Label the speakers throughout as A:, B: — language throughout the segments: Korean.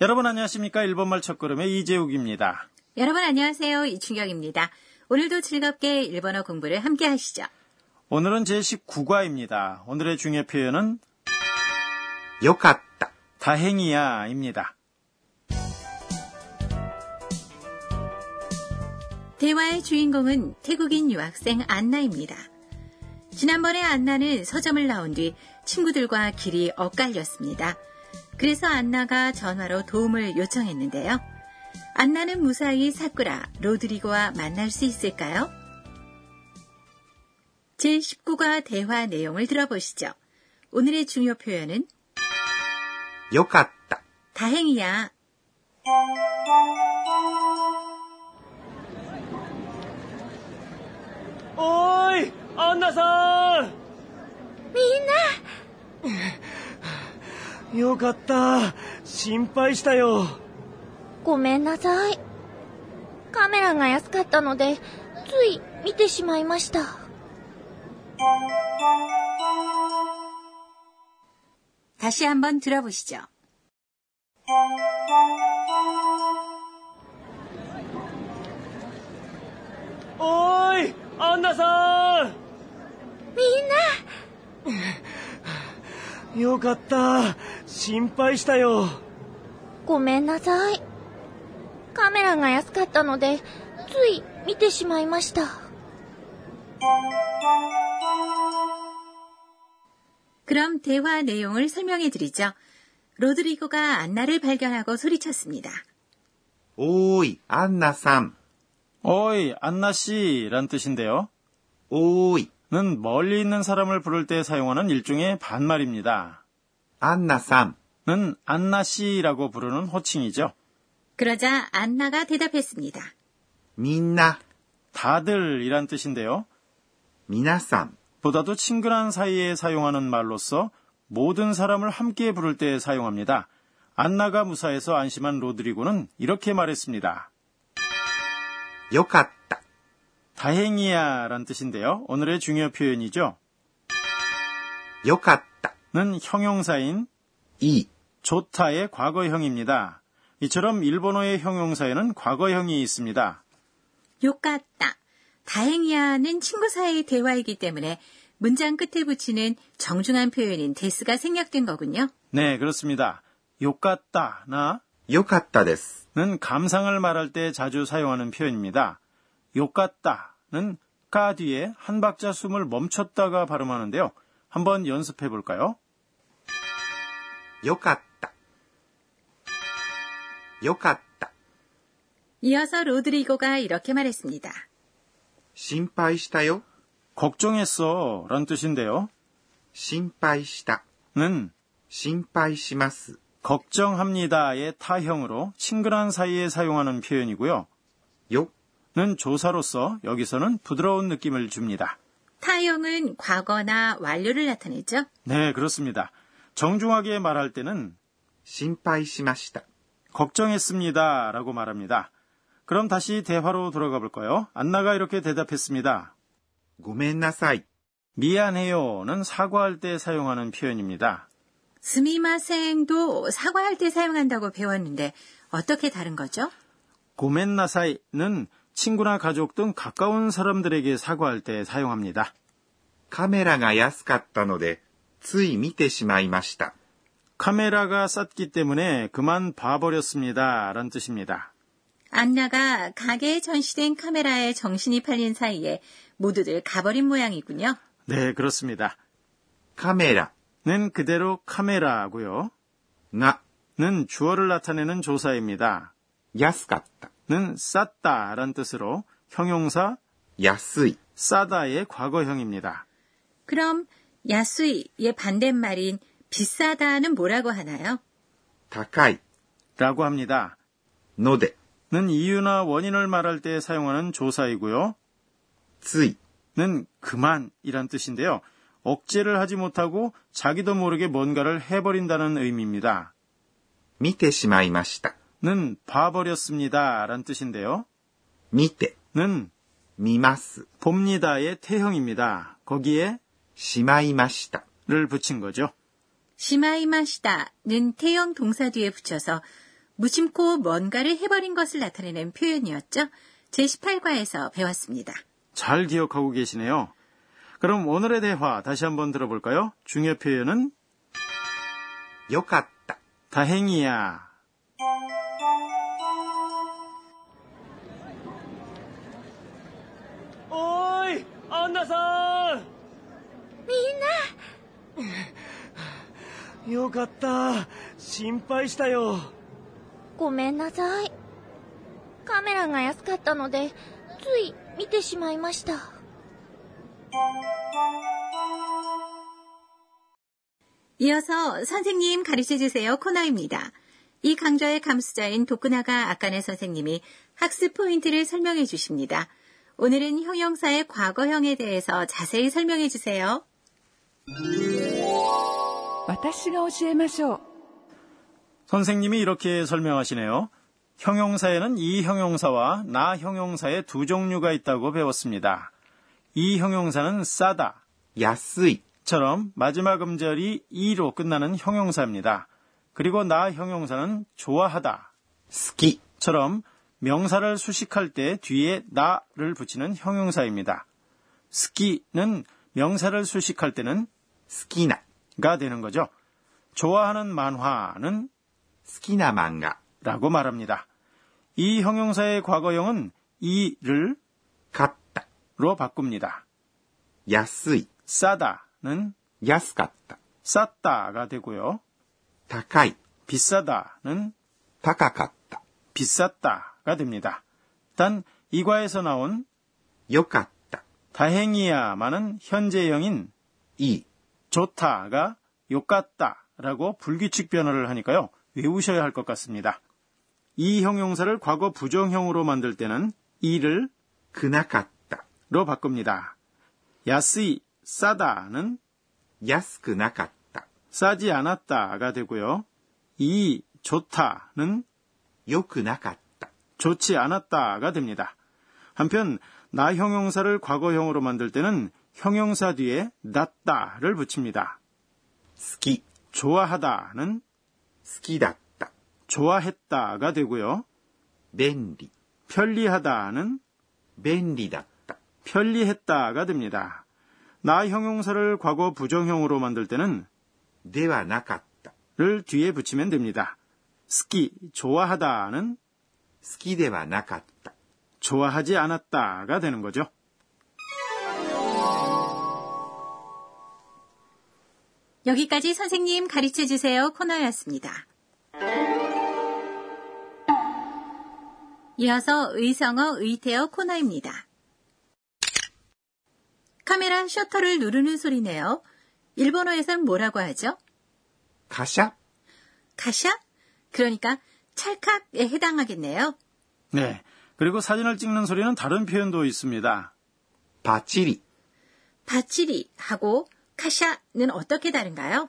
A: 여러분 안녕하십니까? 일본말 첫걸음의 이재욱입니다.
B: 여러분 안녕하세요. 이충경입니다. 오늘도 즐겁게 일본어 공부를 함께 하시죠.
A: 오늘은 제19과입니다. 오늘의 중요 표현은
C: よかった。
A: 다행이야입니다.
B: 대화의 주인공은 태국인 유학생 안나입니다. 지난번에 안나는 서점을 나온 뒤 친구들과 길이 엇갈렸습니다. 그래서 안나가 전화로 도움을 요청했는데요. 안나는 무사히 사쿠라, 로드리고와 만날 수 있을까요? 제19과 대화 내용을 들어보시죠. 오늘의 중요 표현은
C: よかった。
B: 다행이야.
D: 어이, 안나さん みんなよかった。心配したよ。
E: ごめんなさい。カメラが安かったので、つい見てしまいました。
B: 다시 한번 들어보시죠.
D: おい、安奈さんみんなよかった。心配したよ。
E: ごめんなさい。カメラが安かったので、つい見てしまいました。
B: 그럼 대화 내용을 설명해 드리죠. 로드리고가 안나를 발견하고 소리쳤습니다.
C: おーい、アンナさん。
A: 오이 안나 씨란 뜻인데요.
C: おーい、
A: 는 멀리 있는 사람을 부를 때 사용하는 일종의 반말입니다.
C: アンナさん。
A: 는 안나 씨라고 부르는 호칭이죠.
B: 그러자 안나가 대답했습니다.
C: みんな、
A: 다들이란 뜻인데요.
C: 皆さん。
A: 보다도 친근한 사이에 사용하는 말로서 모든 사람을 함께 부를 때 사용합니다. 안나가 무사해서 안심한 로드리고는 이렇게 말했습니다.
C: よかった。
A: 다행이야 란 뜻인데요. 오늘의 중요 표현이죠.
C: よかった。
A: 는 형용사인
C: いい。
A: 좋다의 과거형입니다. 이처럼 일본어의 형용사에는 과거형이 있습니다.
B: 욕같다. 다행이야는 친구 사이의 대화이기 때문에 문장 끝에 붙이는 정중한 표현인 데스가 생략된 거군요.
A: 네, 그렇습니다. 욕같다나
C: よかったです。
A: 는 감상을 말할 때 자주 사용하는 표현입니다. 욕같다는 까 뒤에 한 박자 숨을 멈췄다가 발음하는데요. 한번 연습해 볼까요?
C: よかった。よかった。
B: 이어서 로드리고가 이렇게 말했습니다.
C: 心配したよ。
A: 걱정했어 란 뜻인데요.
C: 心配した。
A: 는
C: 心配します。
A: 걱정합니다의 타형으로 친근한 사이에 사용하는 표현이고요.
C: よ、
A: 는 조사로서 여기서는 부드러운 느낌을 줍니다.
B: 타형은 과거나 완료를 나타내죠.
A: 네, 그렇습니다. 정중하게 말할 때는
C: 心配しました。
A: 걱정했습니다 라고 말합니다. 그럼 다시 대화로 돌아가 볼까요? 안나가 이렇게 대답했습니다.
C: ごめんなさい。
A: 미안해요는 사과할 때 사용하는 표현입니다.
B: 스미마생도 사과할 때 사용한다고 배웠는데 어떻게 다른 거죠?
A: 고멘나사이는 친구나 가족 등 가까운 사람들에게 사과할 때 사용합니다.
C: カメラが安かったので、つい見てしまいました。
A: 카메라가 쌌기 때문에 그만 봐버렸습니다. 란 뜻입니다.
B: 안나가 가게에 전시된 카메라에 정신이 팔린 사이에 모두들 가버린 모양이군요.
A: 네, 그렇습니다.
C: カメラ
A: 는 그대로 카메라고요.
C: が
A: 는 주어를 나타내는 조사입니다.
C: 安かった。
A: 는 쌌다 란 뜻으로 형용사
C: 安い。
A: 싸다의 과거형입니다.
B: 그럼 야수이의 반대말인 비싸다는 뭐라고 하나요?
C: 高い。
A: 라고 합니다.
C: ので、
A: 는 이유나 원인을 말할 때 사용하는 조사이고요.
C: つい。
A: 는 그만이란 뜻인데요. 억제를 하지 못하고 자기도 모르게 뭔가를 해버린다는 의미입니다.
C: 見てしまいました。
A: 는 봐버렸습니다 란 뜻인데요.
C: 見て、
A: 는
C: 見ます。
A: 봅니다의 태형입니다. 거기에
C: しまいました。
A: 를 붙인 거죠.
B: 시마이마시다는 태형 동사 뒤에 붙여서 무심코 뭔가를 해버린 것을 나타내는 표현이었죠. 제18과에서 배웠습니다.
A: 잘 기억하고 계시네요. 그럼 오늘의 대화 다시 한번 들어볼까요? 중요 표현은
C: よかった。
A: 다행이야.
D: 「おーいアンナさん」よかった心配したよ
E: ごめんなさい。カメラが安かったので、つい見てしまいました。
B: 이어서 선생님 가르쳐주세요 코너입니다. 이 강좌의 감수자인 도쿠나가 아까네 선생님이 학습 포인트를 설명해 주십니다. 오늘은 형용사의 과거형에 대해서 자세히 설명해 주세요.
F: 私が教えましょう
A: 선생님이 이렇게 설명하시네요. 형용사에는 이 형용사와 나 형용사의 두 종류가 있다고 배웠습니다. 이 형용사는 싸다
C: 安い。
A: 처럼 마지막 음절이 이로 끝나는 형용사입니다. 그리고 나 형용사는 좋아하다
C: 好き。
A: 처럼 명사를 수식할 때 뒤에 나를 붙이는 형용사입니다. 스키는 명사를 수식할 때는
C: 好きな。
A: 가 되는 거죠. 좋아하는 만화는
C: 好きな漫画。
A: 라고 말합니다. 이 형용사의 과거형은 이를
C: 買った。
A: 로 바꿉니다.
C: 安い。
A: 싸다는
C: 安かった。
A: 쌌다가 되고요.
C: 高い。
A: 비싸다는
C: 高かった。
A: 비쌌다가 됩니다. 단 이과에서 나온
C: よかった。
A: 다행이야만은 현재형인
C: いい。
A: 좋다가 욕같다라고 불규칙 변화를 하니까요. 외우셔야 할 것 같습니다. 이 형용사를 과거 부정형으로 만들 때는 이를
C: くなかった。
A: 로 바꿉니다. 야스이 싸다는
C: 安くなかった。
A: 싸지 않았다가 되고요. 이 좋다는
C: 良くなかった。
A: 좋지 않았다가 됩니다. 한편 나 형용사를 과거형으로 만들 때는 형용사 뒤에 낫다를 붙입니다.
C: 好き。好
A: 좋아하다는
C: きだった。
A: 좋아했다가 되고요.
C: 便利。
A: 편리하다는
C: 便利だった。
A: 편리했다가 됩니다. 나 형용사를 과거 부정형으로 만들 때는
C: ではなかった。
A: 를 뒤에 붙이면 됩니다. 스키 좋아하다는
C: 好きではなかった。
A: 좋아하지 않았다가 되는 거죠.
B: 여기까지 선생님 가르쳐 주세요 코너였습니다. 이어서 의성어 의태어 코너입니다. 카메라 셔터를 누르는 소리네요. 일본어에선 뭐라고 하죠?
C: カシャ
B: 가샤? 그러니까 찰칵에 해당하겠네요.
A: 네. 그리고 사진을 찍는 소리는 다른 표현도 있습니다.
C: パチリ。
B: 바치리하고 카샤는 어떻게 다른가요?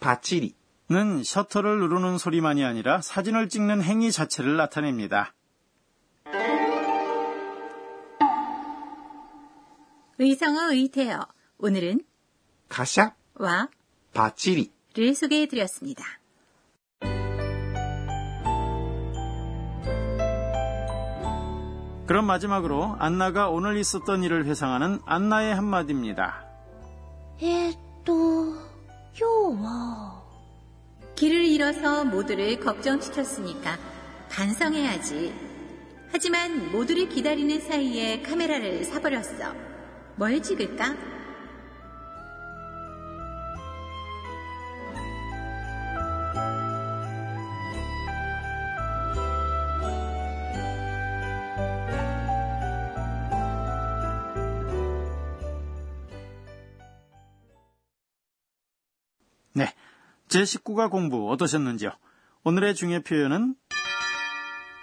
C: パチリ。
A: 는 셔터를 누르는 소리만이 아니라 사진을 찍는 행위 자체를 나타냅니다.
B: 의성어 의태어 오늘은
C: カシャ
B: 와
C: パチリ。
B: 를 소개해 드렸습니다.
A: 그럼 마지막으로 안나가 오늘 있었던 일을 회상하는 안나의 한마디입니다.
E: えーっと、今日は、
B: 길을 잃어서 모두를 걱정시켰으니까 반성해야지. 하지만 모두를 기다리는 사이에 카메라를 사버렸어. 뭘 찍을까?
A: 네. 제19가 공부 어떠셨는지요? 오늘의 중요 표현은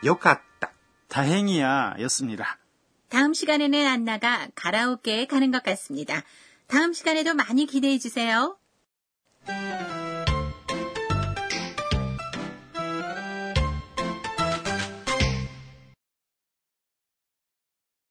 C: よかった。
A: 다행이야 였습니다.
B: 다음 시간에는 안나가 가라오케에 가는 것 같습니다. 다음 시간에도 많이 기대해 주세요.